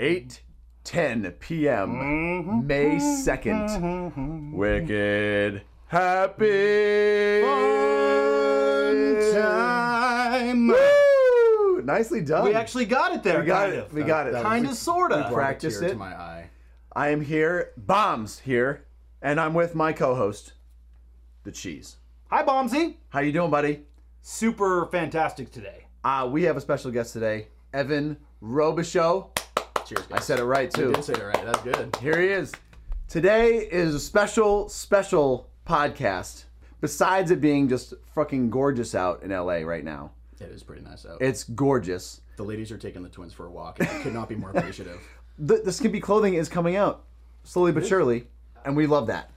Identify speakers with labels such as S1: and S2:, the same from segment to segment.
S1: 8 10 p.m.
S2: Mm-hmm.
S1: May 2nd. Wicked Happy
S3: time.
S1: Woo! Nicely done.
S2: We actually got it there.
S1: We got
S2: kind
S1: it.
S2: Of. uh,
S1: We got
S3: That
S1: it.
S3: was
S2: kind of, sorta.
S1: brought Practice
S3: a tear
S1: it.
S3: to my eye.
S1: I am here. Bombs here, and I'm with my co-host, the Cheese.
S2: Hi, Bombsy.
S1: How you doing, buddy?
S2: Super fantastic today.
S1: Uh, we have a special guest today, Evan Robichaux.
S3: Cheers,
S1: I
S3: guys.
S1: said it right
S3: You
S1: too.
S3: did say it right. That's good.
S1: Here he is. Today is a special, special podcast. Besides it being just fucking gorgeous out in LA right now,
S3: It is pretty nice out.
S1: it's gorgeous.
S3: the ladies are taking the twins for a walk. I could not be more appreciative.
S1: The, the Skimpy clothing is coming out slowly but surely, and we love that.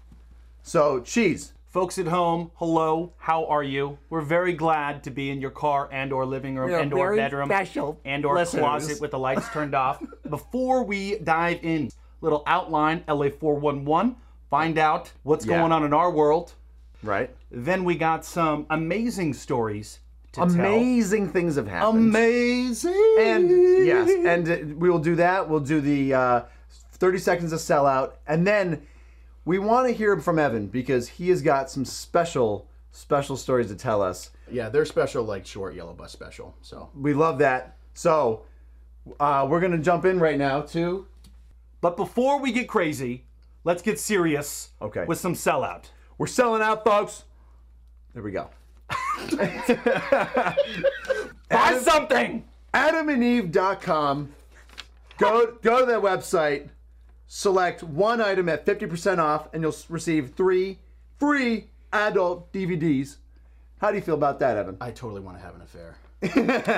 S1: So, cheese.
S2: Folks at home, hello. How are you? We're very glad to be in your car and or living room and or
S4: very
S2: bedroom
S4: special
S2: and or
S4: listeners.
S2: closet with the lights turned off. Before we dive in, little outline LA 411, find out what's
S1: Yeah.
S2: going on in our world.
S1: Right?
S2: Then we got some amazing stories to
S1: Amazing things have
S2: tell.
S1: happened.
S2: Amazing.
S1: And yes, and uh, we will do that. We'll do the uh, 30 seconds of sellout, and then we want to hear from Evan because he has got some special, special stories to tell us.
S3: Yeah, they're special, like short yellow bus special. So
S1: We love that. So uh, we're gonna jump in right now to
S2: But before we get crazy, let's get serious
S1: Okay.
S2: with some sellout.
S1: we're selling out, folks. There we go.
S2: Buy something!
S1: AdamandEve.com. Go go to that website. Select one item at 50% off, and you'll s- receive three free adult DVDs. How do you feel about that, Evan?
S3: I totally want to have an affair.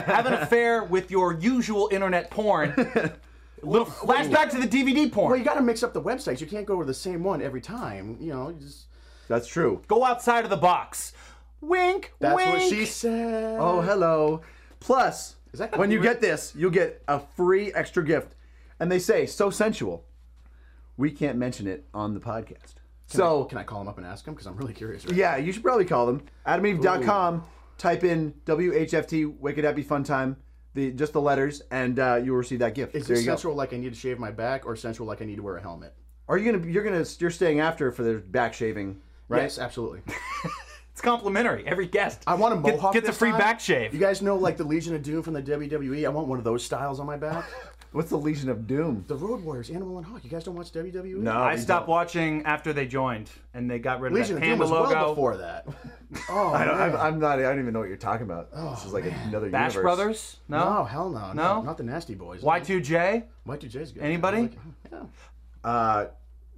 S2: Have an affair with your usual internet porn. Little flashback to the DVD porn.
S3: Well, you got to mix up the websites. You can't go with the same one every time. You know, you just
S1: That's true.
S2: Go outside of the box. Wink,
S3: that's
S2: wink.
S3: what she said.
S1: Oh, hello. Plus,
S3: Is that
S1: when you
S3: copyright?
S1: get this, you'll get a free extra gift. And they say, so sensual. We can't mention it on the podcast. so,
S3: oh, can I call him up and ask him? Because I'm really curious. Right
S1: yeah, you should probably call them. AdamandEve.com, type in WHFT, Wicked Happy Fun Time, the, just the letters, and uh, you'll receive that gift.
S3: Is
S1: there
S3: it
S1: you go.
S3: sensual like I need to shave my back, or sensual like I need to wear a helmet?
S1: Are you gonna you're gonna you're staying after for the back shaving, right?
S3: Yes, absolutely.
S2: It's complimentary. Every guest.
S3: I want a
S2: Get-
S3: mohawk.
S2: Gets
S3: this
S2: a free
S3: time.
S2: back
S3: You
S2: shave.
S3: guys know like the Legion of Doom from the WWE. I want one of those styles on my back.
S1: What's the Legion of Doom?
S3: the Road Warriors, Animal and Hawk. You guys don't watch E? WWE?
S2: I stopped watching after they joined, and they got rid of
S3: Legion
S2: that
S3: of Doom
S2: panda
S3: was
S2: logo.
S3: well before that. Oh,
S1: I don't,
S3: man.
S1: I'm, I'm not. I don't even know what you're talking about. this is like another
S2: Bash
S1: universe.
S2: Brothers?
S3: Oh
S2: No.
S3: hell no,
S2: No?
S3: not the Nasty Boys.
S2: Y2J?
S3: Y2J's good.
S2: Anybody?
S3: I like it. yeah.
S1: Uh,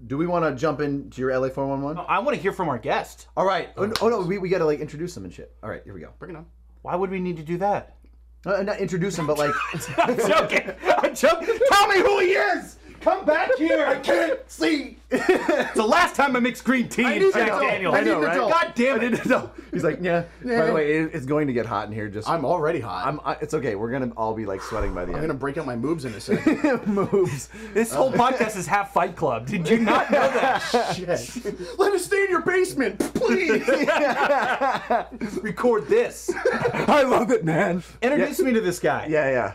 S1: do we want to jump into your LA 411?
S2: I want to hear from our guest.
S1: All right. Oh, no- oh, no, we, we got to like introduce them and shit. All right, here we go.
S3: Bring it on.
S2: Why would we need to do that?
S1: Uh, not introduce them, but like,
S2: I'm joking. I'm joking. Tell me who he is. Come back here. I can't see. It's the last time I mixed green tea in
S3: need
S2: Jack
S3: to know.
S2: Daniels.
S3: I need to know.
S2: God damn it.
S1: no. He's like, yeah. By the way, it, it's going to get hot in here. Just, I'm,
S3: I'm already hot. I'm,
S1: I, it's okay. We're gonna all be like sweating by the
S3: gonna
S1: end.
S3: break out my moves in a second.
S1: Moves.
S2: This
S1: Oh.
S2: whole podcast is half Fight Club. Did you not know that?
S3: Shit. Let us stay in your basement, please.
S2: Record this.
S1: I love it, man.
S2: Introduce me to this guy.
S1: Yeah, yeah.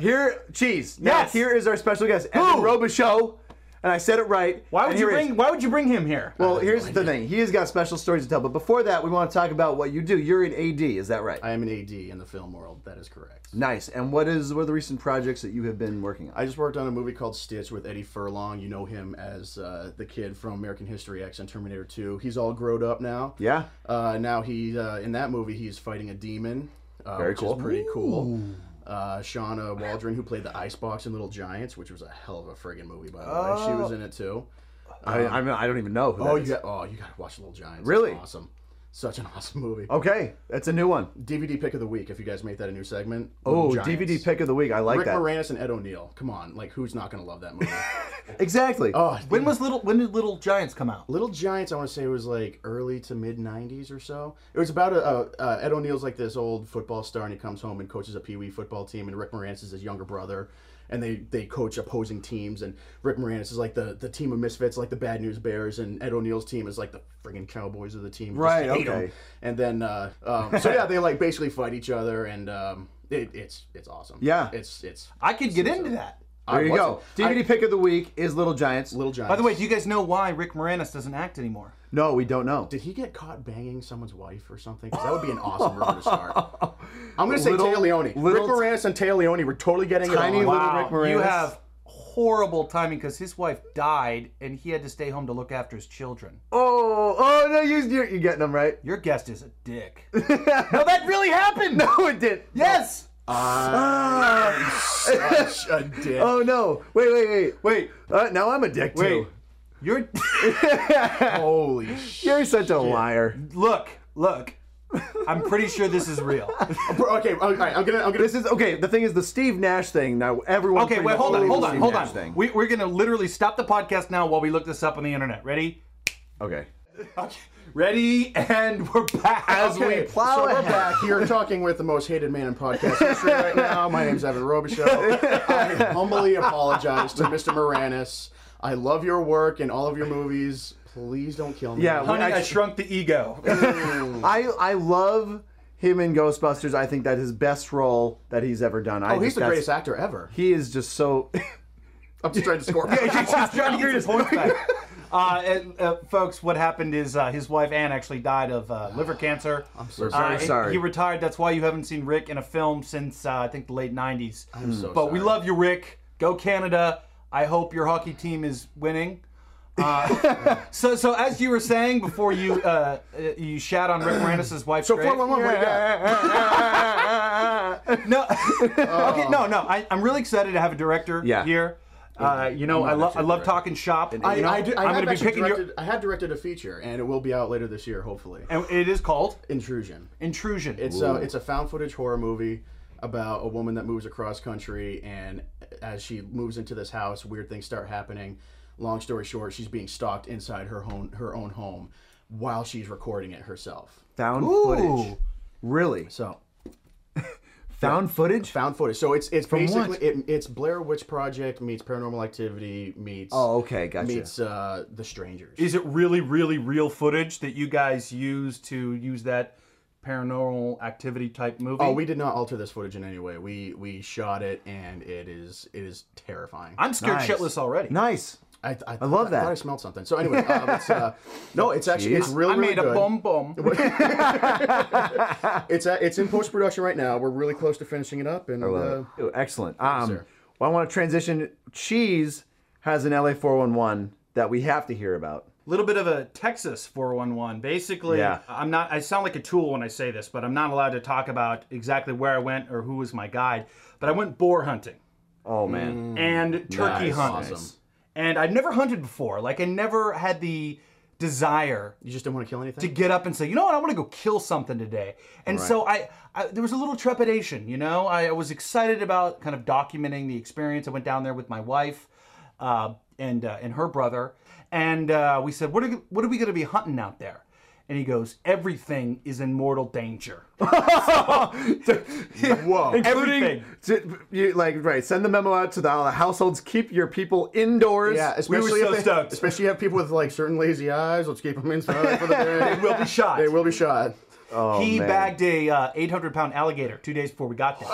S1: Here, cheese. Now,
S2: Yes.
S1: Here is our special guest, Evan Robichaux. And I said it right.
S2: Why
S1: And
S2: would you
S1: here he is.
S2: bring? Why would you bring him here?
S1: Well, here's the thing. He has got special stories to tell. But before that, we want to talk about what you do. You're an AD, is that right?
S3: I am an AD in the film world. That is correct.
S1: nice. And what is what are the recent projects that you have been working on?
S3: I just worked on a movie called Stitch with Eddie Furlong. You know him as uh, the kid from American History X and Terminator 2. He's all grown up now.
S1: Yeah.
S3: Uh, now he uh, in that movie he's fighting a demon, uh,
S1: Very
S3: which
S1: cool.
S3: is pretty cool. Uh, Shauna Waldron, who played the Icebox in Little Giants, which was a hell of a friggin' movie by the way. She was in it too.
S1: I, I'm, I don't even know. Who
S3: Uh, Oh,
S1: Oh. that is.
S3: you got, oh, you gotta watch Little Giants. It's
S1: Really?
S3: awesome. Such an awesome movie.
S1: Okay, that's a new one.
S3: DVD pick of the week. If you guys make that a new segment.
S1: Oh,
S3: Little Giants.
S1: DVD pick of the week. I like
S3: Rick
S1: that.
S3: Moranis and Ed O'Neill. Come on, like who's not gonna love that movie?
S1: Exactly.
S3: oh,
S2: when was little? When did Little Giants come out?
S3: Little Giants, I want to say it was like early to mid '90s or so. It was about a, a uh, Ed O'Neill's like this old football star, and he comes home and coaches a Pee Wee football team, and Rick Moranis is his younger brother, and they they coach opposing teams, and Rick Moranis is like the the team of misfits, like the Bad News Bears, and Ed O'Neill's team is like the friggin' Cowboys of the team, just
S1: Right,
S3: hate 'em.
S1: okay.
S3: And then uh, um, so yeah, they like basically fight each other, and um, it, it's it's awesome.
S1: Yeah.
S3: it's it's
S2: I could get into that.
S1: There you go.
S3: wasn't.
S1: DVD pick of the week is Little Giants.
S3: Little Giants.
S2: By the way, do you guys know why Rick Moranis doesn't act anymore?
S1: no, we don't know.
S3: did he get caught banging someone's wife or something? 'Cause that would be an awesome rumor to start. I'm gonna say
S1: Little-
S3: Tay Leone. Rick
S1: little-
S3: Moranis and Tay Leone were totally getting
S1: Tiny
S3: it on.
S1: little Rick Moranis.
S2: You have horrible timing because his wife died and he had to stay home to look after his children.
S1: Oh, oh no, you, you're, you're getting them right.
S2: Your guest is a dick. no, that really happened.
S1: No, it did.
S2: Yes.
S1: Ah.
S3: Such a dick.
S1: oh no! Wait, wait, wait,
S2: Wait.
S1: Uh, now I'm a dick too.
S2: You're
S3: Holy shit.
S1: You're such a liar.
S2: look, look. I'm pretty sure this is real.
S3: Okay, all right, I'm gonna, I'm gonna.
S1: This is okay. The thing is the Steve Nash thing. Now everyone.
S2: Okay,
S1: pretty
S2: wait,
S1: much
S2: hold on,
S1: believes
S2: hold
S1: the
S2: on,
S1: Steve
S2: hold
S1: Nash
S2: on.
S1: thing.
S2: We, we're gonna literally stop the podcast now while we look this up on the internet. Ready?
S1: okay.
S2: Okay. Ready, and we're back.
S1: As
S3: Okay,
S1: we plow
S3: so we're
S1: ahead.
S3: back here talking with the most hated man in podcast history right now. My name's Evan Robichaux. I humbly apologize to Mr. Moranis. I love your work and all of your movies. Please don't kill me.
S1: Yeah,
S2: Honey, I
S1: Actually-
S2: shrunk the ego. Mm.
S1: I I love him in Ghostbusters. I think that his best role that he's ever done. I
S3: oh, he's
S1: think
S3: the
S1: that's-
S3: greatest actor ever.
S1: He is just so.
S3: I'm just trying to score.
S2: He's trying to get his points back. Uh, and, uh, folks, what happened is uh, his wife Anne actually died of uh, liver cancer. I'm
S3: so
S1: sorry. sorry.
S2: He retired. That's why you haven't seen Rick in a film since uh, I think the late '90s. I'm
S3: so
S2: but we
S3: sorry.
S2: love you, Rick. Go Canada. I hope your hockey team is winning. Uh, so, so as you were saying before you uh, uh, you shat on Rick Moranis' wife's
S3: So
S2: grave-
S3: 411, what do you got?
S2: no.
S3: Oh.
S2: okay, no, no. I, I'm really excited to have a director
S1: Yeah.
S2: here. Uh, you know, I love I love
S3: director.
S2: talking shop. And,
S3: I,
S2: you know,
S3: I, do, I,
S2: I'm
S3: have
S2: gonna be
S3: actually
S2: picking
S3: directed,
S2: your.
S3: I have directed a feature, and it will be out later this year, hopefully.
S2: And it is called
S3: Intrusion.
S2: Intrusion.
S3: It's a it's a found footage horror movie about a woman that moves across country, and as she moves into this house, weird things start happening. Long story short, she's being stalked inside her home her own home while she's recording it herself.
S1: Found footage. Really?
S3: So
S1: Found footage?
S3: found footage. So it's it's basically
S1: what?
S3: it, it's Blair Witch Project meets Paranormal Activity meets
S1: Oh, okay, gotcha.
S3: meets uh, The Strangers.
S2: Is it really, really real footage that you guys use to use that paranormal activity type movie?
S3: Oh, we did not alter this footage in any way. We we shot it, and it is it is terrifying.
S2: I'm scared
S1: Nice.
S2: shitless already.
S1: Nice.
S3: I, I, I
S1: love that.
S3: I thought I smelled something. So anyway, um, it's, uh, no, it's actually it's really
S2: I
S3: really
S2: made
S3: good.
S2: a bum bum.
S3: It's uh, it's in post production right now. We're really close to finishing it up, and uh,
S1: Ooh, excellent. Um,
S3: sir.
S1: well, I want to transition. Cheese has an LA 411 that we have to hear about.
S2: little bit of a Texas 411. Basically,
S1: Yeah.
S2: I'm not. I sound like a tool when I say this, but I'm not allowed to talk about exactly where I went or who was my guide. But I went boar hunting
S1: Oh man.
S3: Mm.
S2: and turkey
S1: Nice.
S2: hunting,
S3: Awesome.
S2: and I'd never hunted before. Like I never had the desire
S3: you just didn't want to kill anything.
S2: to get up and say, you know what, I want to go kill something today. And so I, I, there was a little trepidation, you know. I, I was excited about kind of documenting the experience. I went down there with my wife, uh, and uh, and her brother, and uh, we said, what are what are we going to be hunting out there? And he goes, everything is in mortal danger,
S3: Whoa!
S2: everything.
S1: To- you- like right, send the memo out to the, all the households. Keep your people indoors.
S3: Yeah, especially
S2: so
S3: if they,
S2: stoked.
S3: especially you have people with like certain lazy eyes. Let's keep them inside for the day. they
S2: will be shot.
S3: They will be shot.
S2: he
S1: Oh, man.
S2: bagged a uh, 800 pound alligator two days before we got there.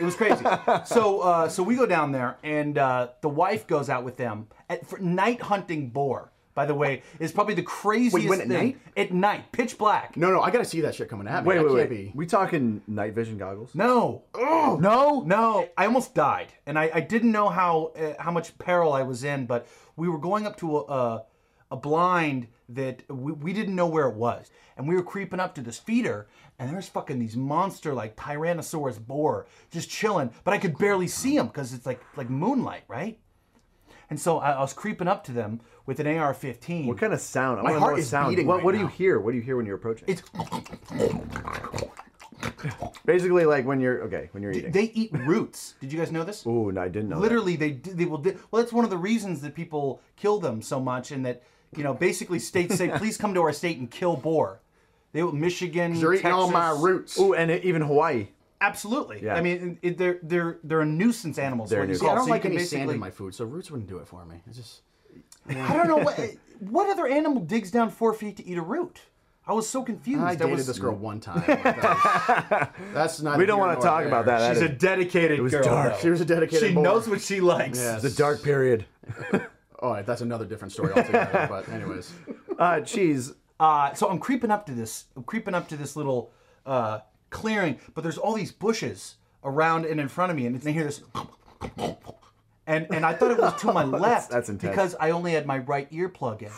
S2: It was crazy. so uh, so we go down there, and uh, the wife goes out with them at, for night hunting boar. By the way, is probably the craziest
S1: went at
S2: thing.
S1: night?
S2: At night, pitch black.
S3: No, no, I gotta see that shit coming at me.
S1: Wait,
S3: I
S1: wait, wait.
S3: can't Be.
S1: We talking night vision goggles?
S2: No,
S1: No.
S2: no. I almost died, and I, I didn't know how uh, how much peril I was in. But we were going up to a a, a blind that we, we didn't know where it was, and we were creeping up to this feeder, and there's fucking these monster like Tyrannosaurus boar just chilling, but I could barely see them because it's like like moonlight, right? And so I, I was creeping up to them with an AR-15.
S1: What kind of sound? I
S3: My
S1: wanna know
S3: heart
S1: what
S3: is
S1: sound.
S3: beating
S1: What,
S3: right
S1: what do you
S3: now.
S1: hear? What do you hear when you're approaching?
S2: It's
S1: basically like when you're okay when you're eating.
S2: they eat roots. Did you guys know this?
S1: Ooh, no, I didn't know. that.
S2: literally they do- they will di- well that's one of the reasons that people kill them so much and that you know basically states say please come to our state and kill boar they will michigan
S3: They're eating all my
S2: Texas-
S3: roots.
S1: Ooh, and it, even Hawaii.
S2: absolutely
S1: Yeah.
S2: i mean it, they're they're they're a nuisance animals
S1: They're
S2: what you
S1: nuisance.
S3: See,
S2: call
S3: I
S2: it.
S3: don't
S2: So you
S3: like
S2: can
S3: any sand
S2: basically-
S3: in my food, so roots wouldn't do it for me. It's just
S2: i don't know what what other animal digs down four feet to eat a root I was so confused.
S3: I
S2: That
S3: dated
S2: was-
S3: this girl one time. Like, that was- that's not.
S1: We don't
S3: here
S1: want
S3: nor
S1: to talk
S3: there.
S1: about that.
S2: She's a
S1: Adam.
S2: dedicated
S1: was
S2: girl.
S1: dark.
S2: though.
S3: She was a dedicated.
S2: She
S3: boy.
S2: knows what she likes.
S3: Yes.
S1: the dark period.
S3: All right, Oh, that's another different story altogether. but anyways,
S1: Uh, geez.
S2: Uh, so I'm creeping up to this. I'm creeping up to this little uh, clearing, but there's all these bushes around and in front of me, and they hear this. And, and I thought it was to my left
S1: that's intense.
S2: because I only had my right ear plug in.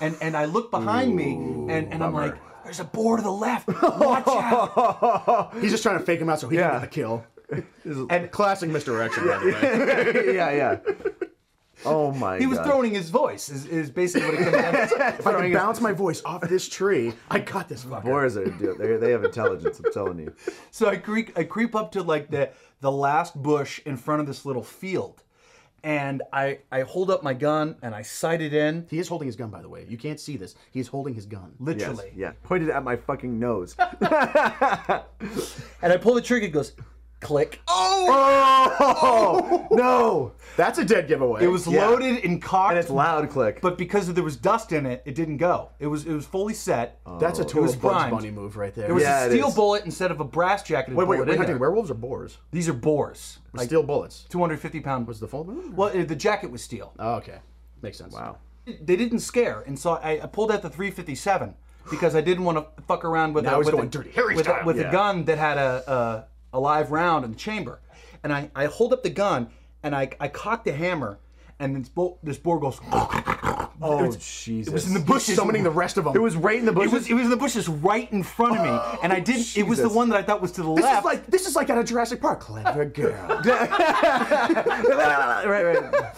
S2: And and I look behind me and, and I'm like, there's a boar to the left. Watch
S1: Oh,
S2: out.
S3: he's just trying to fake him out so he
S1: Yeah.
S3: can get the kill.
S2: And
S3: Classic misdirection, by the way.
S1: yeah, yeah. Oh my
S2: he was
S1: god.
S2: throwing his voice, is, is basically what it comes down to.
S3: If I can bounce my voice off this tree, I got this fucker.
S1: Boars are do- they they have intelligence. I'm telling you.
S2: So I creep, I creep up to like the the last bush in front of this little field, and I I hold up my gun and I sight it in,
S3: He is holding his gun, by the way. You can't see this. He's holding his gun.
S1: Yes,
S2: literally.
S1: yeah. Pointed at my fucking nose.
S2: And I pull the trigger, it goes, click.
S1: oh no!
S3: That's a dead giveaway.
S2: It was
S1: Yeah.
S2: loaded and cocked,
S1: And it's loud click.
S2: but because there was dust in it, it didn't go. It was it was fully set.
S3: That's a total
S2: was
S3: Bugs
S2: primed.
S3: Bunny move right there.
S2: It was
S1: Oh. Yeah,
S2: a
S1: it
S2: steel
S1: is.
S2: bullet instead of a brass jacket.
S3: wait, wait, wait. Hunting werewolves or boars?
S2: These are boars, like
S3: Steel bullets.
S2: 250 pound.
S3: Was the full moon?
S2: Well, uh, the jacket was steel.
S3: Oh, okay, makes sense.
S1: wow.
S2: They didn't scare, and so I, I pulled out the 357 because I didn't want to fuck around with
S3: Now
S2: a,
S3: he's
S2: with
S3: going
S2: a,
S3: Dirty Harry
S2: with, a,
S3: style.
S2: with
S1: Yeah.
S2: a gun that had a, a a live round in the chamber, and I, I hold up the gun and I I cock the hammer, and this bo- this boar goes.
S1: Oh Jesus!
S2: It was in the bushes.
S3: Summoning the rest of them.
S1: It was right in the
S2: It
S1: bushes.
S2: was it was in the bushes right in front of me, and I didn't. It was the
S1: Oh, Jesus.
S2: one that I thought was to the
S3: This
S2: left.
S3: is like this is like out of Jurassic Park. Clever girl.
S1: right, right.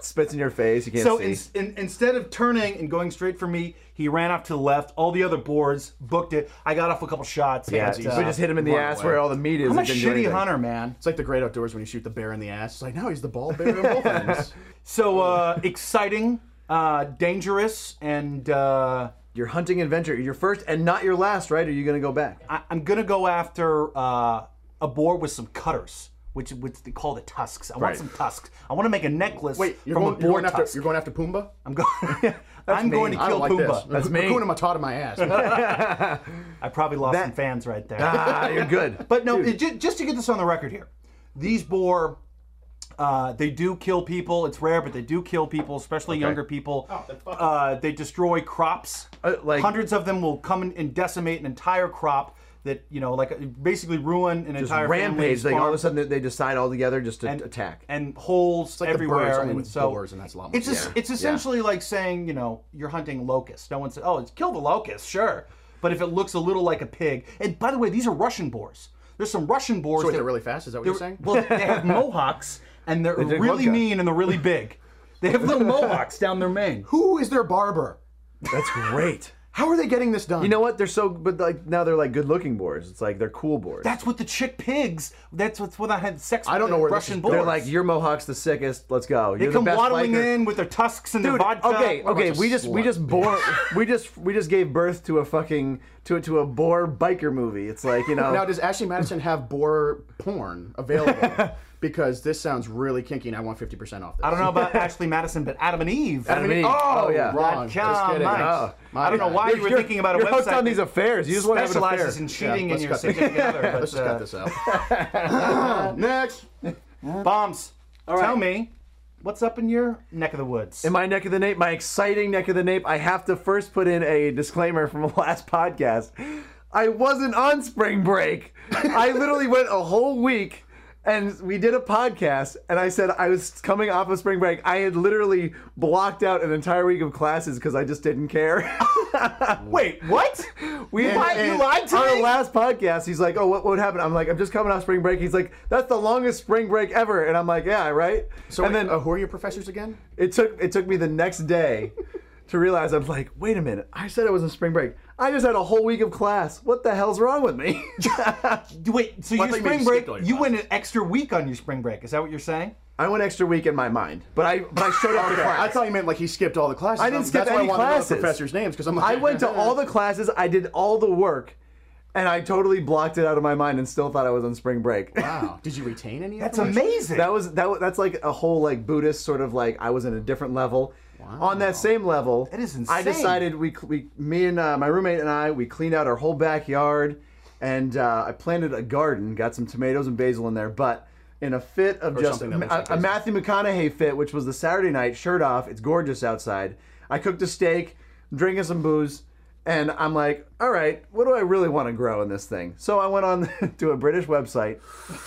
S1: Spits in your face. You can't
S2: so
S1: see.
S2: in, in, instead of turning and going straight for me, he ran off to the left. All the other boards booked it. I got off a couple shots.
S1: yeah,
S2: and, uh,
S1: we just hit him in the
S3: run
S1: ass
S3: away.
S1: where all the meat is.
S2: I'm a
S1: It didn't do
S2: shitty
S1: anything.
S2: hunter, man.
S3: it's like the great outdoors when you shoot the bear in the ass. It's like now he's the bald bear in both ends.
S2: So uh, exciting, uh, dangerous, and uh,
S1: Your hunting adventure, your first and not your last, right? Are you gonna go back?
S2: I, I'm gonna go after uh, a boar with some cutters, which which they call the tusks. I want
S1: Right.
S2: some tusks. I want to make a necklace
S3: Wait, you're
S2: from
S3: going,
S2: a
S3: you're
S2: boar
S3: going after
S2: tusk.
S3: you're going after Pumbaa.
S2: I'm going. I'm going to
S3: I
S2: kill
S3: don't like
S2: Pumbaa.
S3: this.
S1: That's me.
S3: Hakuna Matata my ass.
S2: I probably lost
S1: That-
S2: some fans right there.
S1: Ah, you're good.
S2: But no, it, ju- just to get this on the record here, these boar, uh, they do kill people. It's rare, but they do kill people, especially younger people. uh, they destroy crops.
S1: Uh, like-
S2: hundreds of them will come in and decimate an entire crop. That you know, like uh, basically ruin an entire
S1: rampage.
S2: family's
S1: Like all of
S2: farm
S1: a sudden they- they decide all together just to attack.
S2: and holes
S3: like the
S2: everywhere.
S3: birds, only
S2: and
S3: with
S2: so
S3: boars, and that's a lot more
S2: it's es-
S3: fun.
S2: it's essentially like saying you know you're hunting locusts. No one says oh it's kill the locust sure, but if it looks a little like a pig. And by the way, these are Russian boars. There's some Russian boars
S3: Wait,
S2: that
S3: they're really fast. Is that what
S2: they're-
S3: you're saying?
S2: Well, they have mohawks and they're
S1: drink
S2: really
S1: vodka.
S2: mean and they're really big. They have little mohawks down their mane.
S3: Who is their barber?
S1: That's great.
S3: How are they getting this done?
S1: You know what? They're so, but like now they're like good-looking boars. It's like they're cool boars.
S2: That's what the chick pigs. That's what's what I had sex. with
S3: I don't
S2: the
S3: know where this
S2: Russian
S3: is
S2: boars.
S3: going.
S1: they're like your mohawk's the sickest. Let's go.
S2: they
S1: You're
S2: come
S1: the best
S2: waddling
S1: biker.
S2: in with their tusks and
S1: Dude,
S2: their vodka.
S1: okay,
S2: What about
S1: okay,
S3: bunch of
S1: we just we
S3: slut
S1: just bore we just we just gave birth to a fucking to a to a bore biker movie. It's like you know
S3: Now, does Ashley Madison have boar porn available? because this sounds really kinky, and I want fifty percent off this.
S2: I don't know about Ashley Madison, but Adam and Eve.
S1: Adam and Eve.
S2: Oh,
S1: Oh, yeah.
S3: Wrong.
S2: God,
S3: Just kidding.
S2: Mike.
S3: Oh, my
S2: I don't know
S3: God.
S2: why
S1: You're-
S2: you were
S1: you're-
S2: thinking about a
S1: you're
S2: website.
S1: hooked on
S2: that
S1: these affairs. You just wanna have an
S2: specializes
S1: affair.
S2: in
S3: Yeah,
S2: cheating and
S3: let's
S2: your
S3: cut this-
S2: significant other.
S3: Let's
S2: But,
S3: just
S2: uh,
S3: cut this out. Next.
S2: bombs. Tell me, what's up in your neck of the woods?
S1: In my neck of the nape, my exciting neck of the nape, I have to first put in a disclaimer from the last podcast. I wasn't on spring break. I literally went a whole week and we did a podcast and I said I was coming off of spring break. I had literally blocked out an entire week of classes because I just didn't care.
S2: Wait, what?
S1: We
S2: Why- you lied to
S1: on
S2: me?
S1: our last podcast. He's like, "Oh, what what happened?" I'm like, "I'm just coming off spring break." He's like, "That's the longest spring break ever," and I'm like, "Yeah, right."
S3: So,
S1: and then
S3: uh, who are your professors again?
S1: it took it took me the next day to realize I'm like, "Wait a minute! I said it was a spring break. I just had a whole week of class. What the hell's wrong with me?"
S2: Wait, so
S3: I
S2: your
S3: thought you meant
S2: spring break,
S3: you skipped all your
S2: you went an extra week on your spring break. Is that what you're saying?
S1: I went extra week in my mind, but I but I showed up to class.
S3: I thought you meant like he skipped all the classes.
S1: I didn't skip
S3: That's why
S1: any
S3: I wanted to know the
S1: classes.
S3: professors' names because I'm. Like,
S1: I went to all the classes. I did all the work, and I totally blocked it out of my mind and still thought I was on spring break.
S3: Wow. Did you retain any?
S2: That's
S3: information?
S2: amazing.
S1: That was that. was- That's like a whole like Buddhist sort of like I was in a different level. On that same level,
S2: That is
S1: I
S2: insane.
S1: decided we cl- we me and uh, my roommate and I we cleaned out our whole backyard, and uh, I planted a garden, got some tomatoes and basil in there, but. In a fit of just a,
S3: something that looks like
S1: a Matthew McConaughey fit, which was the Saturday night, shirt off, it's gorgeous outside. I cooked a steak, drinking some booze, and I'm like, all right, what do I really want to grow in this thing? So I went on to a British website,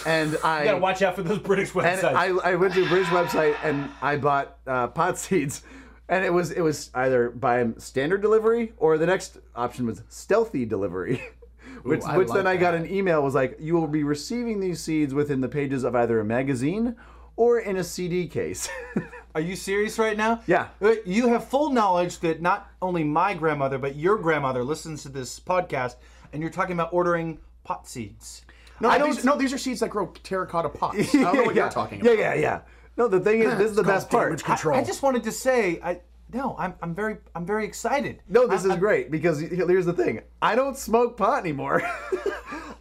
S1: and I
S5: gotta watch out for those British websites.
S1: and I, I went to a British website and I bought uh, pot seeds, and it was it was either by standard delivery or the next option was stealthy delivery, which
S3: I
S1: which
S3: like
S1: then I got an email was like you will be receiving these seeds within the pages of either a magazine or in a CD case.
S2: Are you serious right now?
S1: Yeah.
S2: Uh, You have full knowledge that not only my grandmother, but your grandmother listens to this podcast, and you're talking about ordering pot seeds.
S3: No,
S1: I
S3: these,
S1: don't-
S3: no, these are seeds that grow terracotta pots. I don't know what
S1: yeah.
S3: you're talking
S1: yeah,
S3: about.
S1: yeah, yeah. No, the thing is, this is the best part.
S3: damage control.
S2: I, I just wanted to say, I no, I'm, I'm very I'm very excited.
S1: No, this is great because here's the thing: I don't smoke pot anymore.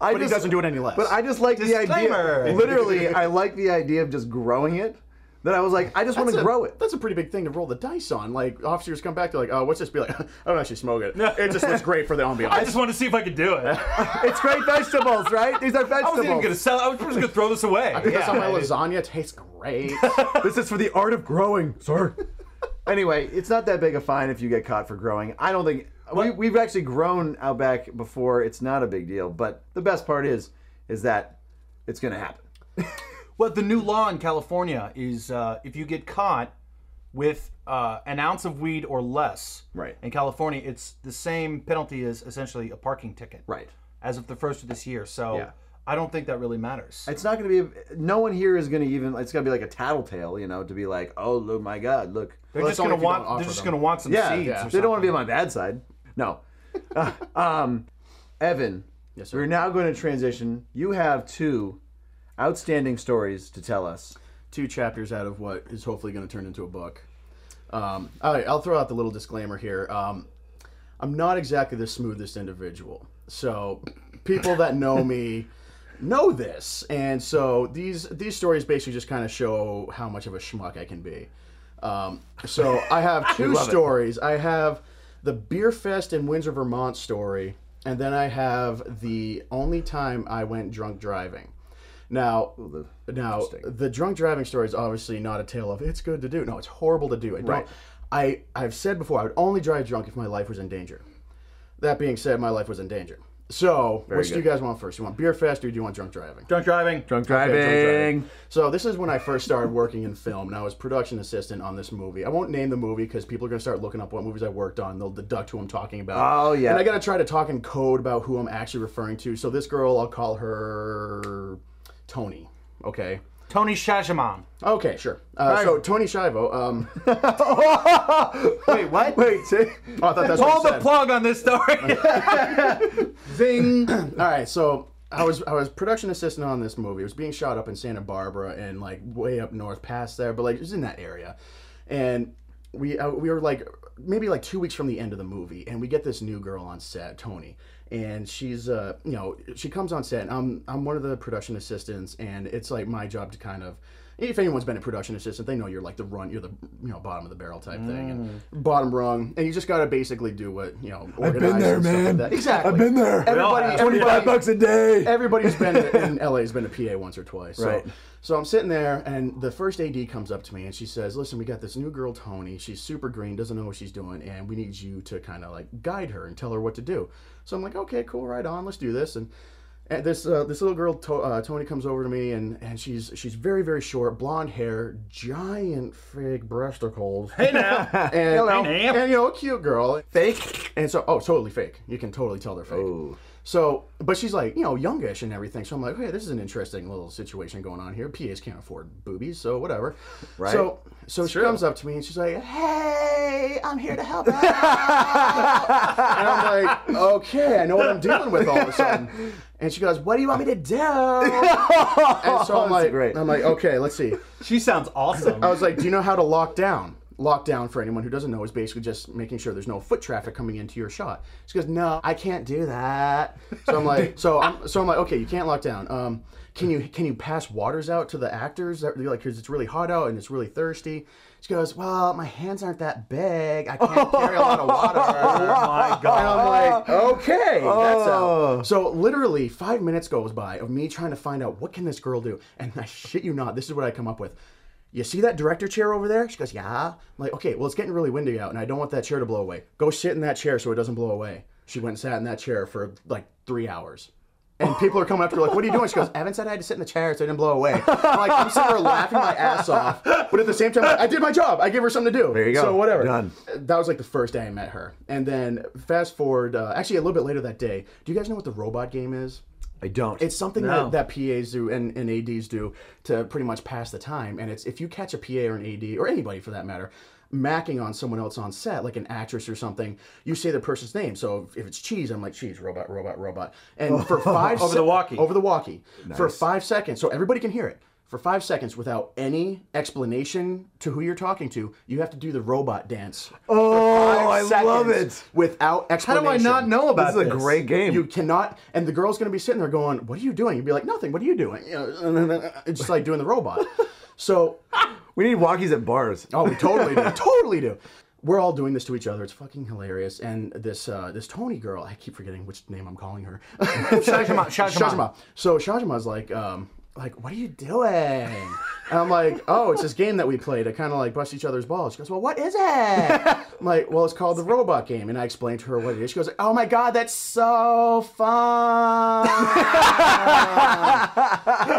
S1: I
S3: But he doesn't do it any less.
S1: But I just like the
S2: Disclaimer.
S1: idea. Literally, I like the idea of just growing it. That I was like, I just want
S3: That's
S1: to
S3: a-
S1: grow it.
S3: That's a pretty big thing to roll the dice on. Like officers come back, they're like, "Oh, what's this?" Be like, "I don't actually smoke it. It just looks great for the ambiance."
S5: I just want to see if I could do it. I
S1: It's great vegetables, right? These are
S5: wasn't even gonna
S1: vegetables.
S5: sell. I was just gonna throw this away.
S3: That's on my lasagna. It tastes great.
S1: This is for the art of growing, sir. anyway, it's not that big a fine if you get caught for growing. I don't think we, we've actually grown out back before. It's not a big deal. But the best part is, is that it's gonna happen.
S2: Well, the new law in California is uh, if you get caught with uh, an ounce of weed or less,
S1: Right.
S2: In California, it's the same penalty as essentially a parking ticket,
S1: Right.
S2: As of the first of this year, so
S1: Yeah.
S2: I don't think that really matters.
S1: It's not going to be. No one here is going to even. It's going to be like a tattletale, you know, to be like, oh, look, my God, look.
S2: they're
S3: Well,
S2: just
S3: that's
S2: gonna
S3: only if you don't
S2: want they're
S3: offer
S2: just
S3: them.
S2: gonna want some
S1: Yeah,
S2: seeds.
S1: yeah.
S2: or
S1: they don't want to be
S2: something.
S1: on my bad side. No. Uh, um, Evan,
S3: Yes, sir.
S1: we're now going to transition. You have two outstanding stories to tell us.
S3: two chapters out of what is hopefully going to turn into a book. Um, all right, I'll throw out the little disclaimer here. Um, I'm not exactly the smoothest individual, so people that know me know this, and so these these stories basically just kind of show how much of a schmuck I can be. Um, so I have two stories. I have the beer fest in Windsor, Vermont story, and then I have the only time I went drunk driving. Now, now the drunk driving story is obviously not a tale of it's good to do. No, it's horrible to do. I don't,
S1: Right.
S3: I I've said before I would only drive drunk if my life was in danger. That being said, my life was in danger. So, which do you guys want first? You want beer fest or do you want drunk driving?
S2: drunk driving.
S1: Drunk
S3: drunk
S1: driving.
S3: driving. So this is when I first started working in film, and I was production assistant on this movie. I won't name the movie because people are going to start looking up what movies I worked on. They'll deduct who I'm talking about.
S1: Oh, yeah.
S3: And I got to try to talk in code about who I'm actually referring to. So this girl, I'll call her Tony. Okay.
S2: Tony Shajaman.
S3: Okay, sure. Uh, so Tony Shivo. Um, oh,
S2: Wait, what?
S1: Wait, see?
S3: I thought that's what
S2: Pull
S3: you
S2: the
S3: said.
S2: plug on this story.
S3: Zing. All right, so I was I was production assistant on this movie. It was being shot up in Santa Barbara and like way up north, past there, but like it was in that area. And we uh, we were like maybe like two weeks from the end of the movie, and we get this new girl on set, Tony, and she's uh you know she comes on set, and I'm I'm one of the production assistants, and it's like my job to kind of. If anyone's been a production assistant, they know you're like the run, you're the you know bottom of the barrel type thing,
S1: Mm.
S3: and bottom rung, and you just gotta basically do what you know. organize
S1: there,
S3: and stuff like
S1: man.
S3: that. Exactly.
S1: there.
S3: Everybody-
S1: Everybody,
S3: have.
S1: 25
S3: everybody-
S1: bucks a day.
S3: Everybody's been in LA has been a PA once or twice. So,
S1: Right.
S3: so I'm sitting there, and the first AD comes up to me and she says, Listen, we got this new girl, Tony. She's super green, doesn't know what she's doing, and we need you to kind of like guide her and tell her what to do. So I'm like, Okay, cool, right on, let's do this. And and this uh, this little girl to- uh, Tony comes over to me and, and she's she's very very short blonde hair giant fake breasticles hey now and,
S5: Hey now.
S3: and you know a cute girl
S1: Fake.
S3: and so, oh, totally fake. You can totally tell they're fake. So, but she's like, you know, youngish and everything. So I'm like, hey, this is an interesting little situation going on here. PAs can't afford boobies, so whatever. Right. So, so she comes up to me and she's like, hey, I'm here to help out. and I'm like, okay, I know what I'm dealing with all of a sudden. And she goes, what do you want me to do? and so I'm like,
S1: great.
S3: I'm like, okay, let's see.
S2: she sounds awesome.
S3: Oh. I was like, do you know how to lock down? lockdown for anyone who doesn't know is basically just making sure there's no foot traffic coming into your shot. She goes, "No, I can't do that." So I'm like, so I'm so I'm like, "Okay, you can't lock down. Um, can you can you pass waters out to the actors? That, like, cause it's really hot out and it's really thirsty." She goes, "Well, my hands aren't that big. I can't carry a lot of water."
S5: Oh my God.
S3: And I'm like, okay, that's
S4: Oh.
S3: out. So literally five minutes goes by of me trying to find out what can this girl do, and I shit you not, this is what I come up with. You see that director chair over there? She goes, yeah. I'm like, okay, well it's getting really windy out, and I don't want that chair to blow away. Go sit in that chair so it doesn't blow away. She went and sat in that chair for like three hours. And people are coming up to her like, "What are you doing?" She goes, "Evan said I had to sit in the chair so it didn't blow away." I'm like I'm sitting there laughing my ass off, but at the same time, I did my job. I gave her something to do. There
S4: you go.
S3: So whatever.
S4: Done.
S3: That was like the first day I met her, and then fast forward, uh, actually a little bit later that day. Do you guys know what the robot game is?
S4: I don't.
S3: It's something that, that PAs do and, and ADs do to pretty much pass the time. And it's if you catch a PA or an AD or anybody for that matter macking on someone else on set, like an actress or something, you say the person's name. So if it's cheese, I'm like cheese, robot, robot, robot. And for five
S5: Over the walkie.
S3: over the walkie for five seconds, so everybody can hear it. For five seconds, without any explanation to who you're talking to, you have to do the robot dance. Oh,
S4: I love it.
S3: Without
S2: How
S3: explanation.
S2: do I not know about
S4: this is a great game.
S3: You cannot, and the girl's gonna be sitting there going, "What are you doing?" You'd be like, "Nothing. What are you doing?" You know, and then, uh, it's just like doing the robot. So,
S4: we need walkies at bars.
S3: oh, we totally do, totally do. We're all doing this to each other. It's fucking hilarious. And this uh, this Tony girl, I keep forgetting which name I'm calling her.
S2: Shajima, Shajima.
S3: Shajima. So Shajima's like, um, like, what are you doing? And I'm like, oh, it's this game that we play to kind of like bust each other's balls. She goes, well, what is it? I'm like, well, it's called the robot game. And I explained to her what it is. She goes, oh my god, that's so fun.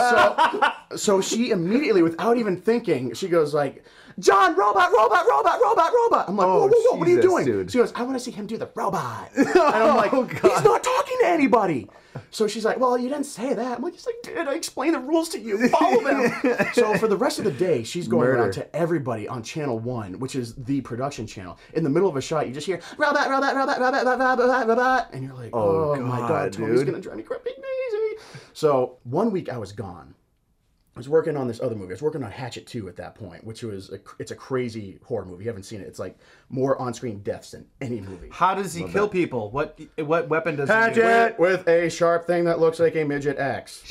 S3: so, so she immediately, without even thinking, she goes like. John, robot, robot, robot, robot, robot. I'm like, whoa, whoa, whoa, what are you
S4: Oh, Jesus,
S3: doing?
S4: dude. Oh,
S3: She goes, I want to see him do the robot. And I'm like, he's not talking to anybody. So she's like, Well, you didn't say that. I'm like, Yes, I did. I explained the rules to you. Follow them. so for the rest of the day, she's going around to everybody on channel one, which is the production channel. In the middle of a shot, you just hear robot, robot, robot, robot, robot, robot, robot. And you're like, Oh, my God,
S4: God,
S3: Tony's
S4: dude.
S3: going to drive me crazy. So one week I was gone. I was working on this other movie. I was working on Hatchet 2 at that point, which was a, it's a crazy horror movie. You haven't seen it. It's like more on-screen deaths than any movie.
S2: How does he kill people? What what weapon does he use?
S3: Hatchet with a sharp thing that looks like a midget axe.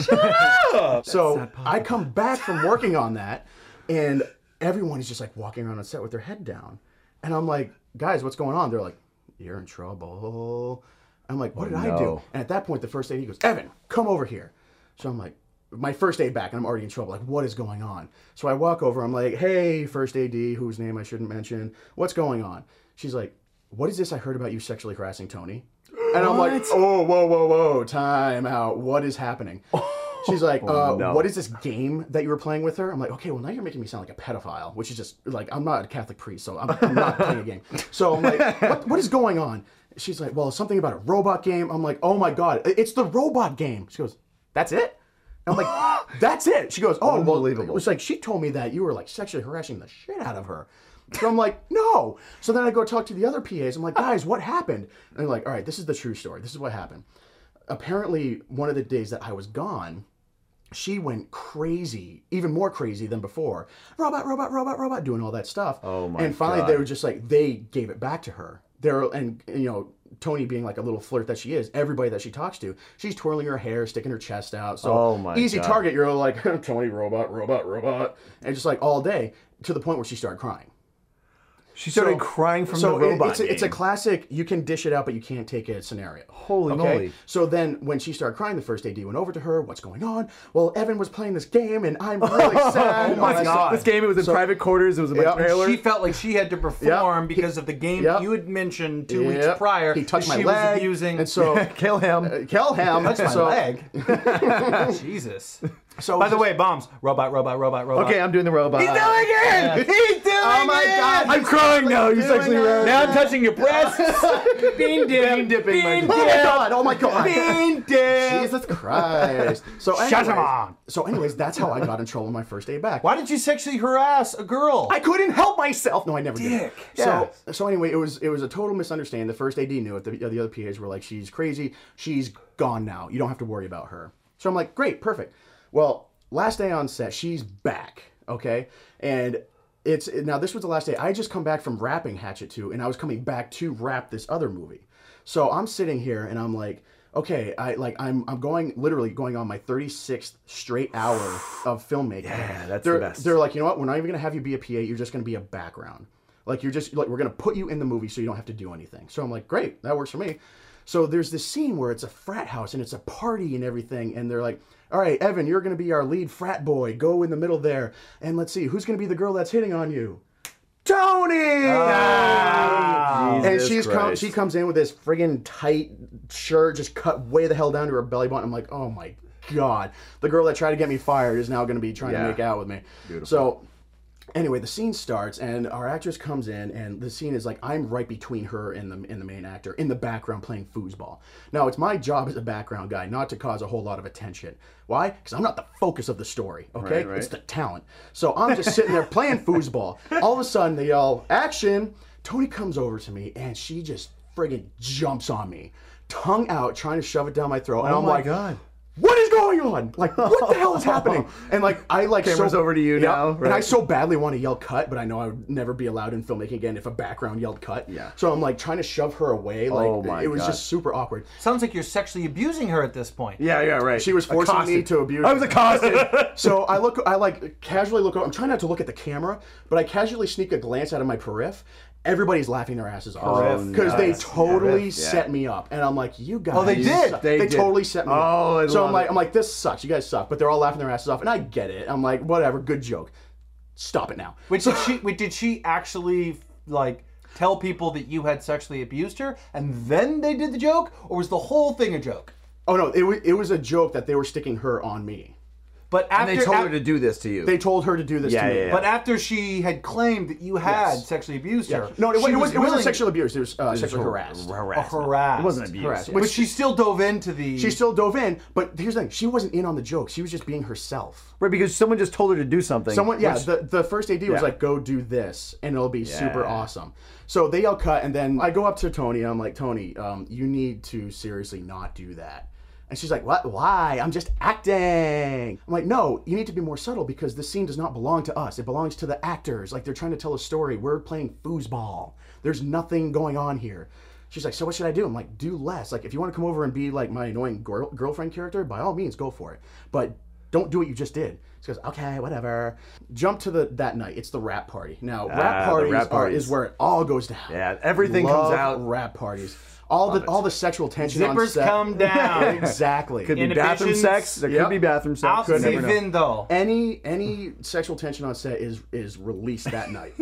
S3: so I come back from working on that, and everyone is just like walking around on set with their head down, and I'm like, guys, what's going on? They're like, you're in trouble. I'm like, what did I do?
S4: no.
S3: And at that point, the first aid he goes, Evan, come over here. So I'm like, my first aid back, and I'm already in trouble. Like, what is going on? So I walk over. I'm like, hey, first AD, whose name I shouldn't mention, what's going on? She's like, what is this I heard about you sexually harassing Tony? And I'm like, oh, whoa, whoa, whoa, time out. What is happening? She's like, uh, what is this game that you were playing with her? I'm like, okay, well, now you're making me sound like a pedophile, which is just like, I'm not a Catholic priest, so I'm, I'm not playing a game. So I'm like, what, what is going on? She's like, well, something about a robot game. I'm like, oh my God, i- it's the robot game. She goes, that's it? I'm like, that's it. She goes, oh, unbelievable. Well, it's like she told me that you were like sexually harassing the shit out of her. So I'm like, no. So then I go talk to the other PAs. I'm like, guys, what happened? And they're like, all right, this is the true story. This is what happened. Apparently, one of the days that I was gone, she went crazy, even more crazy than before. Robot, robot, robot, robot, doing all that stuff. Oh my! And finally, they were just like they gave it back to her. There and you know Tony being like a little flirt that she is. Everybody that she talks to, she's twirling her hair, sticking her chest out. So
S4: Oh my
S3: easy target. You're like Tony, robot, robot, robot, and just like all day to the point where she started crying.
S4: She started
S3: So-
S4: crying from
S3: so
S4: the
S3: it-
S4: robot.
S3: it's, a, it's a
S4: game.
S3: classic. You can dish it out, but you can't take it scenario.
S4: Holy moly.
S3: So then, when she started crying, the first AD went over to her. What's going on? Well, Evan was playing this game, and I'm really
S4: Oh
S3: sad.
S2: my
S3: And I said-
S2: God.
S4: This game it was in private quarters. It was in my
S3: Yep.
S4: trailer.
S2: She felt like she had to perform because of the game
S3: Yep.
S2: you had mentioned two
S3: Yep.
S2: weeks prior.
S3: he touched
S2: that
S3: my
S2: she
S3: leg,
S2: was abusing.
S3: and so
S4: Kill him.
S3: kill him.
S2: touched my
S3: so, oh
S2: leg. Jesus.
S3: So
S2: By the way, bombs. Robot, robot, robot, robot.
S1: Okay, I'm doing the robot.
S4: He's doing it! He's doing
S3: oh my
S4: it!
S3: God,
S4: I'm crying now. You sexually
S3: it.
S4: harassed.
S5: Now I'm touching your breasts.
S2: Bean dip. Bean
S4: dipping, my
S3: oh my God, oh my God.
S2: Bean dip.
S3: Jesus Christ. So anyways,
S2: Shut him on.
S3: So anyways, that's how I got in trouble with my first day back.
S2: Why did you sexually harass a girl?
S3: I couldn't help myself. No, I never did.
S2: Dick.
S3: So so anyway, it was it was a total misunderstanding. The first AD knew it. The, the other PAs were like, "She's crazy. She's gone now. You don't have to worry about her." So I'm like, "Great, perfect." Well, last day on set, she's back. Okay, and it's now this was the last day. I had just come back from wrapping Hatchet 2 and I was coming back to wrap this other movie. So I'm sitting here and I'm like, okay, I like I'm I'm going literally going on my 36th straight hour of filmmaking. Yeah,
S4: that's
S3: they're,
S4: the best.
S3: They're like, you know what? We're not even gonna have you be a PA. You're just gonna be a background. Like you're just like we're gonna put you in the movie so you don't have to do anything. So I'm like, great, that works for me. So there's this scene where it's a frat house and it's a party and everything, and they're like, all right, Evan, you're gonna be our lead frat boy. Go in the middle there, and let's see who's gonna be the girl that's hitting on you. Tony.
S4: Ah,
S3: and
S4: Jesus
S3: she's come,
S4: Christ.
S3: she comes in with this friggin' tight shirt, just cut way the hell down to her belly button. I'm like, oh my god, the girl that tried to get me fired is now going to be trying
S4: Yeah.
S3: to make out with me. So. Anyway, the scene starts, and our actress comes in, and the scene is like I'm right between her and the and the main actor in the background playing foosball. Now it's my job as a background guy not to cause a whole lot of attention. Why? Because I'm not the focus of the story. Okay,
S4: Right, right.
S3: it's the talent. So I'm just sitting there playing foosball. All of a sudden, they yell action. Tony comes over to me, and she just friggin' jumps on me, tongue out, trying to shove it down my throat, and
S4: Oh
S3: I'm like,
S4: God.
S3: what is going on? Like, what the hell is happening? And like, I like
S4: Camera's over to you
S3: Yep.
S4: now,
S3: And I
S4: right?
S3: so badly want to yell cut, but I know I would never be allowed in filmmaking again if a background yelled cut.
S4: Yeah.
S3: So I'm like trying to shove her away. Like,
S4: Oh my
S3: it was
S4: God.
S3: just super awkward.
S2: Sounds like you're sexually abusing her at this point.
S4: Yeah, yeah, right.
S3: She was forcing me
S4: Accosted.
S3: to abuse.
S4: I was accosted.
S3: so I look, I like casually look. I'm trying not to look at the camera, but I casually sneak a glance out of my perif. Everybody's laughing their asses off Oh,
S4: Perif,
S3: because they
S4: nice.
S3: totally
S4: Perif, yeah. Oh,
S3: set me up, and I'm like, "You guys,
S2: they did.
S3: suck."
S4: They
S3: They,
S4: did.
S3: totally set me
S4: Oh,
S3: up."
S4: I
S3: so
S4: love
S3: I'm like,
S4: it.
S3: I'm like, "This sucks. You guys suck," but they're all laughing their asses off, and I get it. I'm like, "Whatever, good joke. Stop it now."
S2: Wait, did she? Wait, did she actually like tell people that you had sexually abused her, and then they did the joke, or was the whole thing a joke?
S3: Oh no, it was it was a joke that they were sticking her on me.
S2: But after
S4: they told
S2: af-
S4: her to do this to you.
S3: They told her to do this
S4: Yeah,
S3: to me.
S4: yeah, yeah.
S2: but after she had claimed that you had sexually abused her,
S3: No, it,
S2: she
S3: was,
S2: was
S3: it, was, it wasn't
S2: willing-
S3: sexual abuse. It was uh, sexual harassed.
S4: harassment.
S2: harassed.
S4: It wasn't abuse.
S3: Harassed.
S4: Yeah.
S2: But she still dove into the.
S3: She still dove in, but here's the thing: she wasn't in on the joke. She was just being herself.
S4: Right, because someone just told her to do something.
S3: Someone, yeah,
S4: which-
S3: the, the first AD
S4: Yeah.
S3: was like, "Go do this, and it'll be super awesome." So they yell cut, and then I go up to Tony, and I'm like, "Tony, um, you need to seriously not do that." And she's like, "What? Why? I'm just acting." I'm like, "No, you need to be more subtle because this scene does not belong to us. It belongs to the actors. Like they're trying to tell a story. We're playing foosball. There's nothing going on here." She's like, so what should I do? I'm like, do less. Like, if you want to come over and be like my annoying girl- girlfriend character, by all means, go for it. But don't do what you just did. She goes, okay, whatever. Jump to the that night. It's the rap party. Now,
S4: Ah,
S3: rap
S4: the
S3: parties,
S4: rap
S3: are,
S4: parties.
S3: is where it all goes down.
S4: Yeah, everything comes
S3: Love
S4: out.
S3: Rap parties. All the all the sexual tension on
S2: zippers
S3: set.
S2: come down.
S3: exactly.
S4: could be bathroom
S2: inhibitions.
S4: sex. There
S3: Yep.
S4: could be bathroom sex.
S2: I'll
S4: you
S2: see
S4: never know.
S2: Vin though.
S3: any any sexual tension on set is is released that night.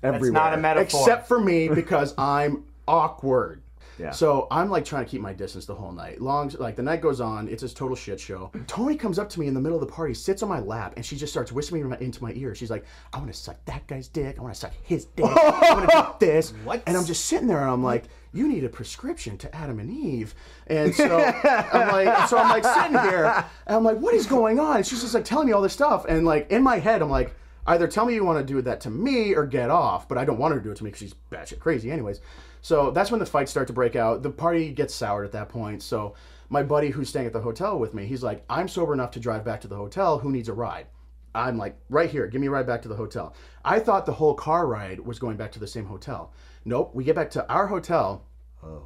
S2: That's not a metaphor.
S3: Except for me because I'm awkward.
S4: Yeah.
S3: So I'm like trying to keep my distance the whole night. Long like the night goes on, it's this total shit show. Tony comes up to me in the middle of the party, sits on my lap, and she just starts whispering in my- into my ear. She's like, "I want to suck that guy's dick. I want to suck his dick. I want to do this."
S2: What?
S3: And I'm just sitting there, and I'm like, "You need a prescription to Adam and Eve." And so I'm like, so I'm like sitting here, and I'm like, "What is going on?" And she's just like telling me all this stuff, and like in my head, I'm like either tell me you want to do that to me or get off. But I don't want her to do it to me because she's batshit crazy, anyways. So that's when the fights start to break out. The party gets soured at that point. So my buddy who's staying at the hotel with me, he's like, I'm sober enough to drive back to the hotel. Who needs a ride? I'm like, right here, give me a ride back to the hotel. I thought the whole car ride was going back to the same hotel. Nope, we get back to our hotel.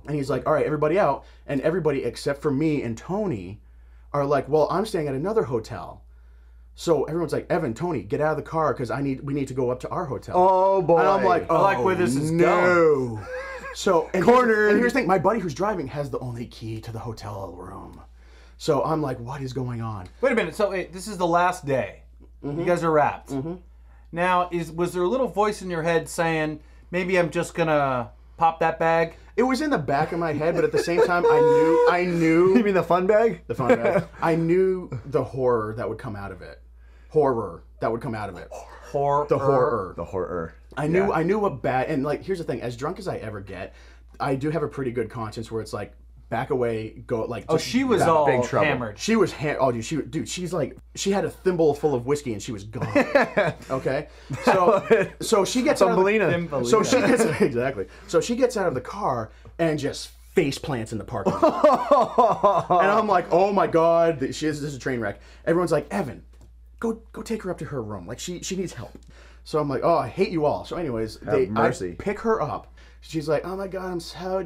S3: And he's like, all right, everybody out. And everybody except for me and Tony are like, well, I'm staying at another hotel. So everyone's like, Evan, Tony, get out of the car because I need we need to go up to our hotel.
S4: Oh boy.
S3: and I'm like, oh,
S2: like where this is
S3: no. So and Cornered. and here's the thing, my buddy who's driving has the only key to the hotel room. So I'm like, what is going on?
S2: Wait a minute. So wait, this is the last day.
S3: Mm-hmm.
S2: You guys are wrapped. Now, is was there a little voice in your head saying, "Maybe I'm just gonna pop that bag"?
S3: It was in the back of my head, but at the same time, I knew I knew
S4: you mean the fun bag?
S3: the fun fact. I knew the horror that would come out of it. Horror that would come out of it.
S2: Horror.
S3: The horror.
S4: The horror.
S3: I knew I knew what bad and like here's the thing, as drunk as I ever get, I do have a pretty good conscience where it's like back away, go like
S2: Oh, she was all
S4: big trouble.
S2: hammered.
S3: She was ha- oh dude, she dude, she's like she had a thimble full of whiskey and she was gone. okay, so so she gets out of the-
S1: Oh,
S4: Thumbelina.
S3: so she gets exactly. So she gets out of the car and just face plants in the parking "Oh lot. and I'm like, oh my god, th- she is, this is a train wreck. Everyone's like, Evan, go go take her up to her room. Like she she needs help. So I'm like, oh, I hate you all. So anyways, they,
S1: mercy.
S3: I pick her up. She's like, oh my god, I'm so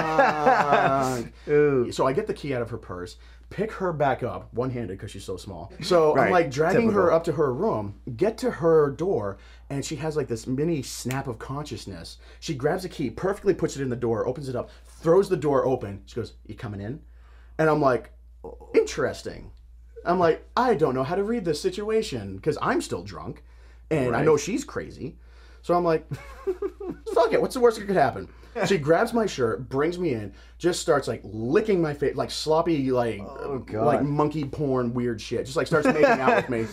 S3: drunk. So I get the key out of her purse, pick her back up, one handed because she's so small. So I'm like dragging her up to her room, get to her door, and she has like this mini snap of consciousness. She grabs a key, perfectly puts it in the door, opens it up, throws the door open. She goes, You coming in? And I'm like, Interesting. I'm like, I don't know how to read this situation because I'm still drunk and I know she's crazy. So I'm like, fuck it. What's the worst that could happen? She grabs my shirt, brings me in, just starts like licking my face, like sloppy, like uh, like monkey porn, weird shit. Just like starts making out with me,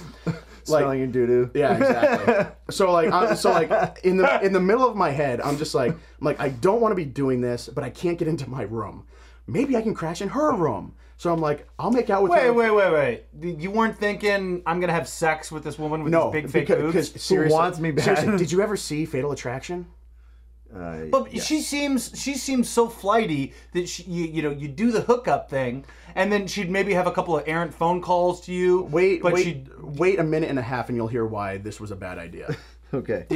S4: Smelling your doo doo.
S3: yeah, exactly. so like, I'm, so like in the in the middle of my head, I'm just like, I'm like I don't want to be doing this, but I can't get into my room. Maybe I can crash in her room. So I'm like, I'll make out with
S2: Wait,
S3: her.
S2: wait, wait, wait. D- You weren't thinking I'm gonna have sex with this woman with
S3: No,
S2: these big fake
S3: because,
S2: boobs?
S3: because seriously,
S4: wants me bad?
S3: seriously, did you ever see Fatal Attraction?
S2: But she seems she seems so flighty that she you, you know you do the hookup thing and then she'd maybe have a couple of errant phone calls to you.
S3: Wait,
S2: but
S3: wait,
S2: she'd
S3: wait a minute and a half, and you'll hear why this was a bad idea.
S4: Okay.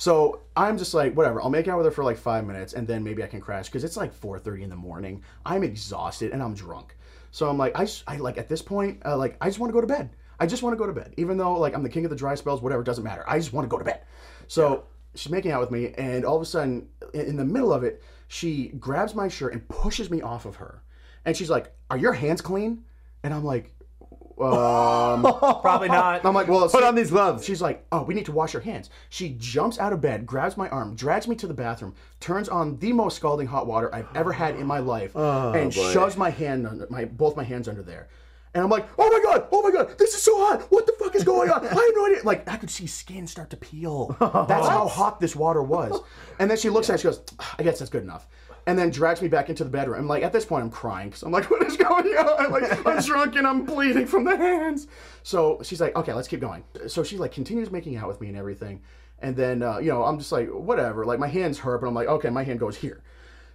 S3: So I'm just like, whatever. I'll make out with her for like five minutes, and then maybe I can crash because it's like 4:30 in the morning. I'm exhausted and I'm drunk. So I'm like, I, s- I, like at this point, uh, like I just want to go to bed. I just want to go to bed, even though like I'm the king of the dry spells. Whatever, doesn't matter. I just want to go to bed. So she's making out with me, and all of a sudden, in, in the middle of it, she grabs my shirt and pushes me off of her, and she's like, "Are your hands clean?" And I'm like, um,
S2: probably not.
S3: I'm like, well,
S4: Put on these gloves.
S3: She's like, oh, we need to wash your hands. She jumps out of bed, grabs my arm, drags me to the bathroom, turns on the most scalding hot water I've ever had in my life, and shoves my hand under my both my hands under there. And I'm like, oh my god, oh my god, this is so hot. What the fuck is going on? I have no idea. Like, I could see skin start to peel. That's how hot this water was. And then she looks at it, she goes, I guess that's good enough. And then drags me back into the bedroom. I'm like, at this point, I'm crying because I'm like, what is going on? I'm like, I'm drunk and I'm bleeding from the hands. So she's like, okay, let's keep going. So she like continues making out with me and everything. And then, uh, you know, I'm just like, whatever. Like, my hands hurt, but I'm like, okay, my hand goes here.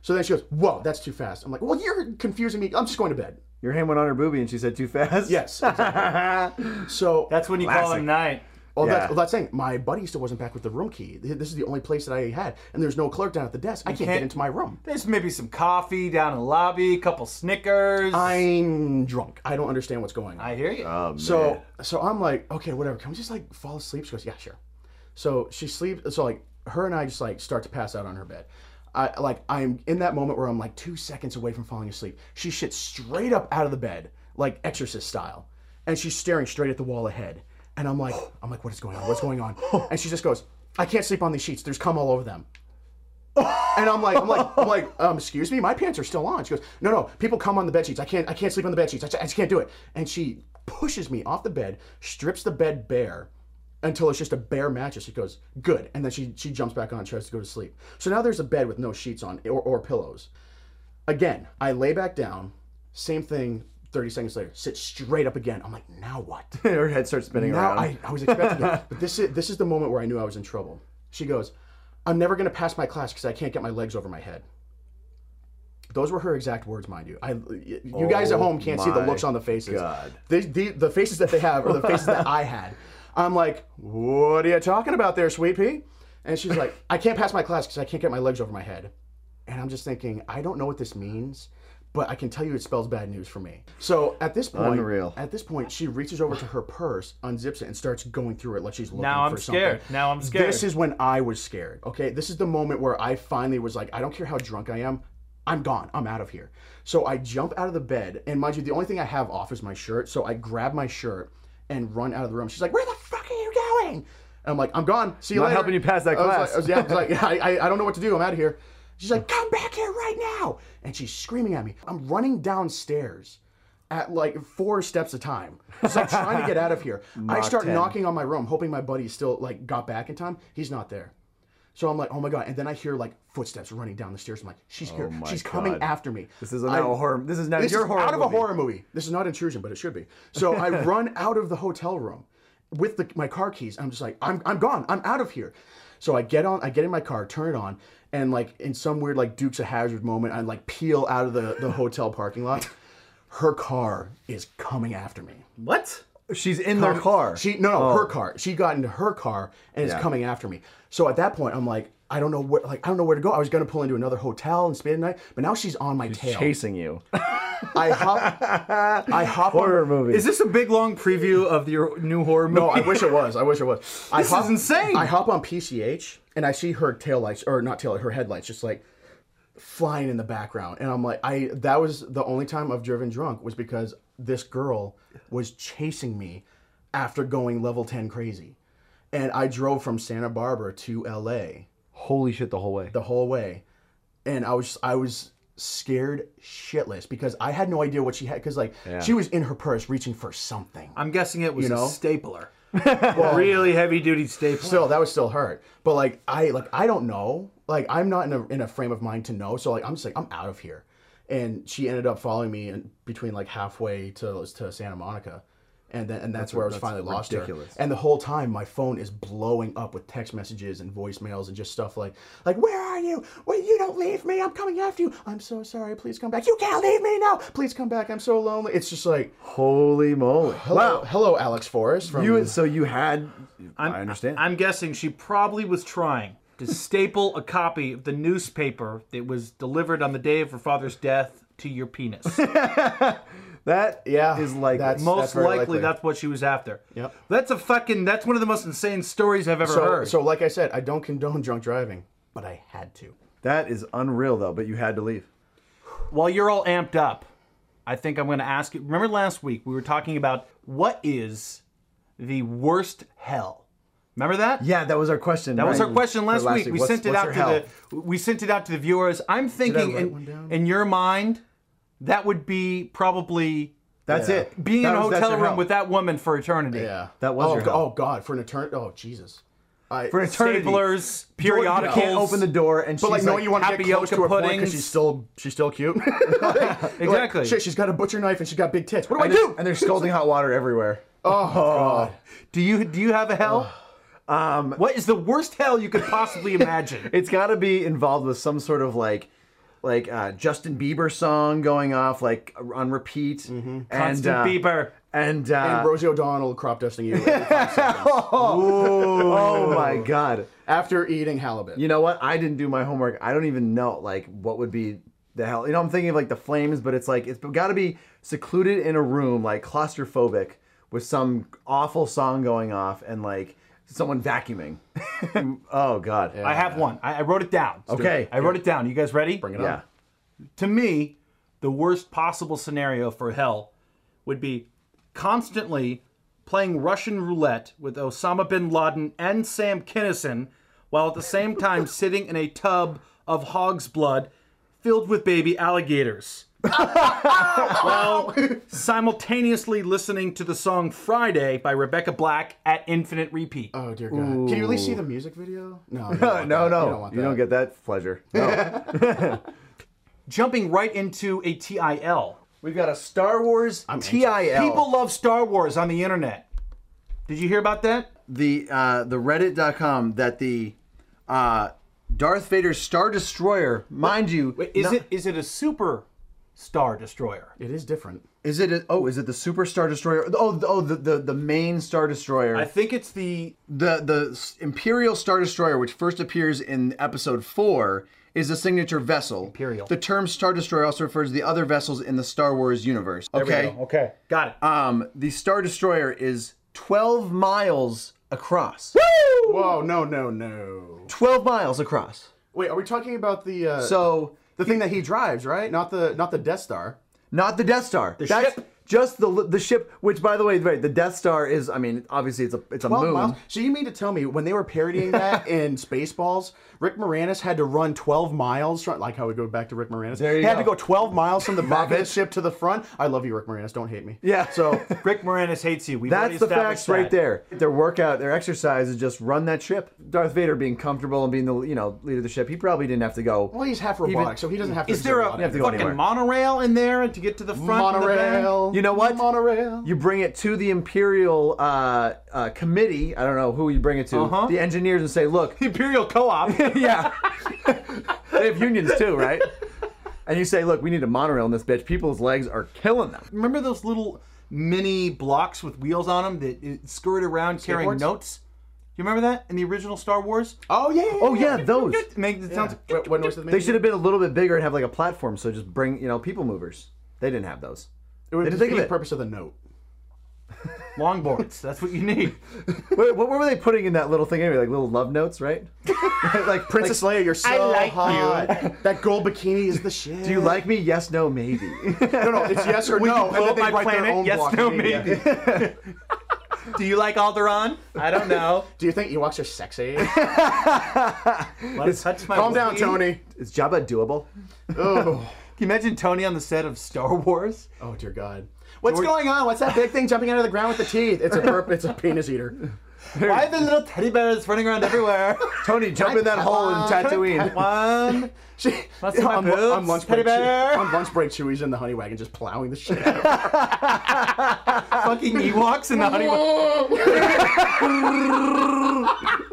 S3: So then she goes, whoa, that's too fast. I'm like, well, you're confusing me. I'm just going to bed.
S4: Your hand went on her boobie and she said too fast.
S3: Yes. exactly. so
S2: That's when you call it a
S4: Classic.
S2: night.
S3: well,
S4: Yeah.
S3: that's, well, that's saying my buddy still wasn't back with the room key. Th- This is the only place that I had, and there's no clerk down at the desk. I can't, get
S2: can't-
S3: into my room.
S2: There's maybe some coffee down in the lobby, a couple Snickers.
S3: I'm drunk. I don't understand what's going on.
S2: I hear you.
S3: so so I'm like, okay, whatever. Can we just like fall asleep? She goes, yeah, sure. So she sleeps. So like her and I just like start to pass out on her bed. I like I'm in that moment where I'm like two seconds away from falling asleep. She shits straight up out of the bed, like Exorcist style, and she's staring straight at the wall ahead. And I'm like, I'm like, what is going on? What's going on? And she just goes, I can't sleep on these sheets. There's cum all over them. And I'm like, I'm like, I'm like, um, excuse me, my pants are still on. She goes, no, no, people come on the bed sheets. I can't, I can't sleep on the bed sheets. I just, I just can't do it. And she pushes me off the bed, strips the bed bare until it's just a bare mattress. She goes, good. And then she, she jumps back on and tries to go to sleep. So now there's a bed with no sheets on or, or pillows. Again, I lay back down. Same thing. 30 seconds later, sit straight up again. I'm like, now what?
S4: Her head starts spinning
S3: Now
S4: around.
S3: I, I was expecting it. But this is this is the moment where I knew I was in trouble. She goes, "I'm never going to pass my class because I can't get my legs over my head." Those were her exact words, mind you. I, you guys at home can't see the
S4: Oh my
S3: looks on the faces.
S4: God.
S3: The, the, the faces that they have are the faces that I had. I'm like, what are you talking about there, sweet pea? And she's like, I can't pass my class because I can't get my legs over my head. And I'm just thinking, I don't know what this means, but I can tell you it spells bad news for me. So at this point,
S4: Unreal.
S3: at this point, she reaches over to her purse, unzips it, and starts going through it like she's looking
S2: Now I'm
S3: for something.
S2: scared. Now I'm scared.
S3: This is when I was scared. Okay, this is the moment where I finally was like, I don't care how drunk I am, I'm gone. I'm out of here. So I jump out of the bed, and mind you, the only thing I have off is my shirt. So I grab my shirt and run out of the room. She's like, Where the fuck are you going? And I'm like, I'm gone. See you
S4: Not
S3: later.
S4: helping you pass that
S3: I was like-
S4: class.
S3: I was- yeah, I was like, I, I, I don't know what to do. I'm out of here. She's like, Come back here right now. And she's screaming at me. I'm running downstairs at like four steps a time. So I'm trying to get out of here. I start knocking on my room, hoping my buddy still like got back in time. He's not there. So I'm like, oh my god! And then I hear like footsteps running down the stairs. I'm like, she's here. she's coming after me.
S4: Oh this is now a horror. This is now
S3: This
S4: your
S3: is
S4: horror.
S3: out of a
S4: movie.
S3: horror movie. This is not intrusion, but it should be. So I run out of the hotel room with the, my car keys. I'm just like, I'm, I'm gone. I'm out of here. So I get on. I get in my car, turn it on, and like in some weird like Dukes of Hazard moment, I like peel out of the, the hotel parking lot. her car is coming after me.
S2: What?
S1: She's in their car.
S3: She no, no, her car. She got into her car and it's coming after me. So at that point, I'm like, I don't know where, like, I don't know where to go. I was gonna pull into another hotel and spend the night, but now she's on my tail.
S1: chasing you.
S3: I hop, I hop.
S1: Horror
S3: on,
S1: movie.
S2: Is this a big long preview of your new horror movie?
S3: No, I wish it was. I wish it was. I
S2: This is insane.
S3: I hop on PCH and I see her taillights, or not tail, her headlights, just like flying in the background, and I'm like, I. That was the only time I've driven drunk was because this girl was chasing me after going level ten crazy, and I drove from Santa Barbara to L.A.
S1: Holy shit, the whole way.
S3: the whole way, and I was I was scared shitless because I had no idea what she had because like she was in her purse reaching for something.
S2: I'm guessing it was
S3: You know?
S2: a stapler. really heavy duty stapler.
S3: still that would still hurt but like i like i don't know like i'm not in a, in a frame of mind to know so like i'm just like i'm out of here and she ended up following me in between like halfway to to santa monica and then and that's, where i was finally lost
S1: ridiculous.
S3: her and the whole time my phone is blowing up with text messages and voicemails and just stuff like like where are you well you don't leave me i'm coming after you i'm so sorry please come back you can't leave me now please come back i'm so lonely it's just like
S1: Holy moly.
S3: hello hello alex forrest from
S1: You so you had. i understand.
S2: I'm guessing she probably was trying to staple a copy of the newspaper that was delivered on the day of her father's death to your penis.
S1: that
S3: yeah
S1: is like
S3: that's-
S2: most
S3: that's very
S2: likely, that's what she was after.
S3: Yep.
S2: That's a fucking. That's one of the most insane stories I've ever
S3: So,
S2: heard.
S3: so, like I said, I don't condone drunk driving, but I had to.
S1: that is unreal though. But you had to leave.
S2: While you're all amped up, I think I'm going to ask you. Remember last week we were talking about what is the worst hell? Remember that?
S1: Yeah, that was our question.
S2: That was our Oh, question last, week. We sent it out to the we sent it out to the viewers. I'm thinking
S3: write one
S2: in,
S3: down?
S2: in your mind that would be probably
S1: That's it.
S2: being in
S1: That
S2: a
S1: was- that's
S2: hotel
S1: your
S2: room
S1: hell.
S2: with that woman for eternity.
S3: Yeah,
S1: That was
S3: Oh,
S1: your
S3: go-
S1: hell.
S3: oh God, for an eternity. Oh Jesus. I,
S1: For an eternity.
S2: Staplers,
S1: Door- You
S2: periodicals.
S1: can't open the door, and she's
S3: but like,
S1: like,
S3: no, you want to get
S2: tapioca
S3: close to her point because
S2: puddings.
S3: she's still she's still cute. Like,
S2: Exactly.
S3: shit, she's got a butcher knife and she's got big tits. What do I
S1: and, oh, uh, there's,
S3: do?
S1: and there's scalding hot water everywhere.
S2: Do you do you have a hell? Um, what is the worst hell you could possibly imagine?
S1: It's got to be involved with some sort of like, like uh, Justin Bieber song going off like on repeat. And,
S2: Constant
S1: uh,
S2: Bieber.
S1: And, uh,
S3: and Rosie O'Donnell crop dusting you
S1: oh my god.
S3: after eating halibut.
S1: You know what? I didn't do my homework. I don't even know like what would be the hell. You know, I'm thinking of like the flames, but it's like it's got to be secluded in a room, like claustrophobic, with some awful song going off and like someone vacuuming. oh god.
S2: I have one. I, I wrote it down.
S1: Okay.
S2: I wrote it down. You guys ready? Bring it
S1: Yeah.
S2: to me, the worst possible scenario for hell would be constantly playing Russian roulette with Osama bin Laden and Sam Kinison while at the same time sitting in a tub of hog's blood filled with baby alligators. while simultaneously listening to the song Friday by Rebecca Black at infinite repeat.
S3: oh dear God. Can you at least see the music video? No. you don't
S1: No,
S3: want that.
S1: no,
S3: You don't want
S1: you don't
S3: that.
S1: get that pleasure. No.
S2: Jumping right into a TIL.
S1: We've got a Star Wars TIL.
S2: People love Star Wars on the internet. Did you hear about that?
S1: the uh, the Reddit.com that the uh, Darth Vader's Star Destroyer, mind you,
S2: Is it is it a super star destroyer?
S3: It is different.
S1: Is it? A, oh, is it the Super Star Destroyer? Oh, the- oh, the the, the main Star Destroyer,
S2: I think it's the
S1: the the S- Imperial Star Destroyer, which first appears in Episode Four, is a signature vessel.
S2: Imperial.
S1: The term Star Destroyer also refers to the other vessels in the Star Wars universe. Oh, Okay.
S2: Okay. Got it.
S1: Um, the Star Destroyer is twelve miles across.
S3: Whoa, no, no, no.
S1: Twelve miles across.
S3: Wait, are we talking about the uh,
S1: So
S3: the thing that he drives, right? Not the not the Death Star.
S1: Not the Death Star. The
S2: ship.
S1: Just the the ship. Which, by the way, right, the Death Star is. I mean, obviously, it's a it's a
S3: Twelve
S1: moon.
S3: miles? So you mean to tell me when they were parodying that in Spaceballs, Rick Moranis had to run 12 miles from, like how we go back to Rick Moranis.
S1: you
S3: he had
S1: go.
S3: to go 12 miles from the back of the ship to the front. I love you, Rick Moranis. Don't hate me.
S1: Yeah. So
S2: Rick Moranis hates you. We've already
S1: that's the
S2: established
S1: facts right
S2: that.
S1: there. Their workout, their exercise is just run that ship. Darth Vader being comfortable and being the you know leader of the ship. He probably didn't have to go.
S3: Well, he's half robotic,
S1: Even-
S3: so he doesn't have to.
S2: Is there
S3: exert
S2: a
S3: lot of
S1: have to
S3: energy.
S1: go
S2: fucking
S1: anywhere.
S2: monorail in there to get to the front? and the back?
S3: monorail?
S1: You know what?
S3: Monorail.
S1: You bring it to the Imperial uh, uh, committee. I don't know who you bring it to.
S2: Uh-huh.
S1: The engineers and say, look,
S2: Imperial Co-op.
S1: yeah, they have unions too, right? and you say, look, we need a monorail in this bitch. People's legs are killing them.
S2: Remember those little mini blocks with wheels on them that it skirted around carrying
S3: Skateboards?
S2: notes? You remember that in the original Star Wars?
S3: Oh yeah.
S1: Oh yeah, those.
S2: Make the sounds.
S3: What, what noise did
S1: They should have been a little bit bigger and have like a platform. So just bring, you know, people movers. They didn't have those.
S3: It would
S1: didn't
S3: defeat
S1: think of
S3: the
S1: it.
S3: purpose of the note.
S2: Longboards. That's what you need.
S1: Wait, what, what were they putting in that little thing anyway? Like little love notes, right? like
S3: Princess Leia, you're so
S2: like you.
S3: hot. That gold bikini is the shit.
S1: Do you like me? Yes, no, maybe.
S3: No, no, it's yes or
S2: We
S3: no.
S2: can blow
S3: and
S2: up
S3: then they
S2: my
S3: write their
S2: planet.
S3: own
S2: Yes,
S3: block
S2: no,
S3: of media.
S2: maybe. Do you like Alderaan? I don't know.
S3: Do you think Ewoks are sexy?
S2: Let's touch my
S3: Calm down,
S2: wing.
S3: Tony.
S1: Is Jabba doable?
S3: Oh,
S2: Can you imagine Tony on the set of Star Wars?
S3: oh dear God. What's going on? What's that big thing jumping out of the ground with the teeth? It's a burp. It's a penis eater.
S2: Why are there little teddy bears running around everywhere?
S1: Tony, jump in that hole in Tatooine.
S2: One.
S3: She,
S2: Must see my
S3: on, lu-
S2: boobs,
S3: on lunch
S2: teddy
S3: break, Chew-
S2: bear.
S3: on lunch break, Chewie's in the honey wagon just plowing the shit. out of her.
S2: fucking Ewoks in the honeymoon.
S3: Oh.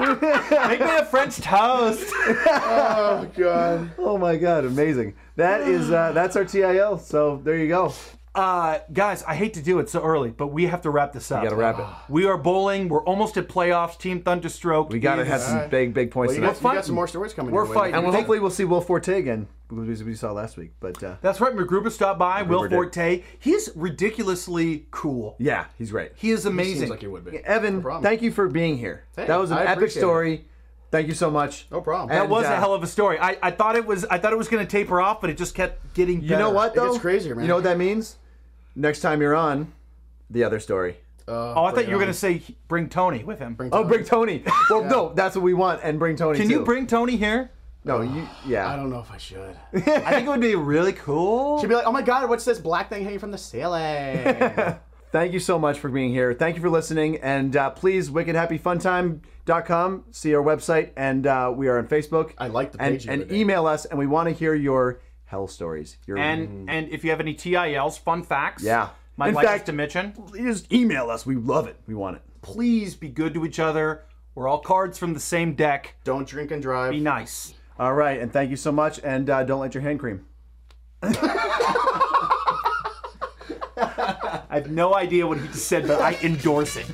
S2: Make me a French toast.
S3: oh God.
S1: Oh my god, amazing. That is uh, that's our TIL. So there you go.
S2: Uh, guys, I hate to do it so early, but we have to wrap this up.
S1: gotta wrap it.
S2: We are bowling. We're almost at playoffs. Team Thunderstroke.
S1: We gotta
S2: is-
S1: have some big, big points
S3: Well, you,
S1: tonight.
S3: got, you got
S2: fighting.
S3: some more stories coming.
S2: We're
S3: your way.
S2: fighting.
S1: and we'll, hopefully we'll see Will Forte again because we saw last week. But uh,
S2: That's right. McGruber stopped by. Will
S1: MacGruber did.
S2: Forte. He's ridiculously cool.
S1: yeah, he's great.
S2: He is amazing.
S3: Seems like you would be.
S1: Evan,
S3: problem.
S1: thank you for being here.
S3: Hey,
S1: that was an
S3: I
S1: epic
S3: appreciate it.
S1: story. Thank you so much.
S3: No problem.
S1: And,
S2: that was
S1: uh,
S2: a hell of a story. I, I thought it was I thought it was going to taper off, but it just kept getting.
S1: You know what
S3: It
S1: though?
S3: gets crazier, man.
S1: You know what that means? Next time you're on, the other story.
S3: Uh,
S2: Oh, I thought
S3: bring
S2: you were
S3: it
S2: going to say
S3: on.
S2: bring Tony with him.
S1: Oh, um, bring Tony. Well, no, that's what we want, and bring Tony.
S2: Can
S1: too.
S2: you bring Tony here?
S1: No, you.
S3: I
S1: Yeah.
S3: don't know if I should.
S2: I think it would be really cool.
S3: She'd be like, "Oh my God, what's this black thing hanging from the ceiling?"
S1: Thank you so much for being here. Thank you for listening, and uh, please, wickedhappyfuntime.com. See our website, and uh, we are on Facebook.
S3: I like the
S1: and,
S3: page you
S1: and
S3: were there.
S1: email us, and we want to hear your hell stories. Your
S2: And and if you have any TILs, fun facts,
S1: Yeah.
S2: might
S1: In
S2: like us
S1: fact-
S2: to mention,
S1: just email us. We love it. We want it.
S2: please be good to each other. We're all cards from the same deck.
S3: Don't drink and drive.
S2: Be nice.
S1: All right, and thank you so much, and uh, don't let your hand cream.
S2: I have no idea what he just said, but I endorse it.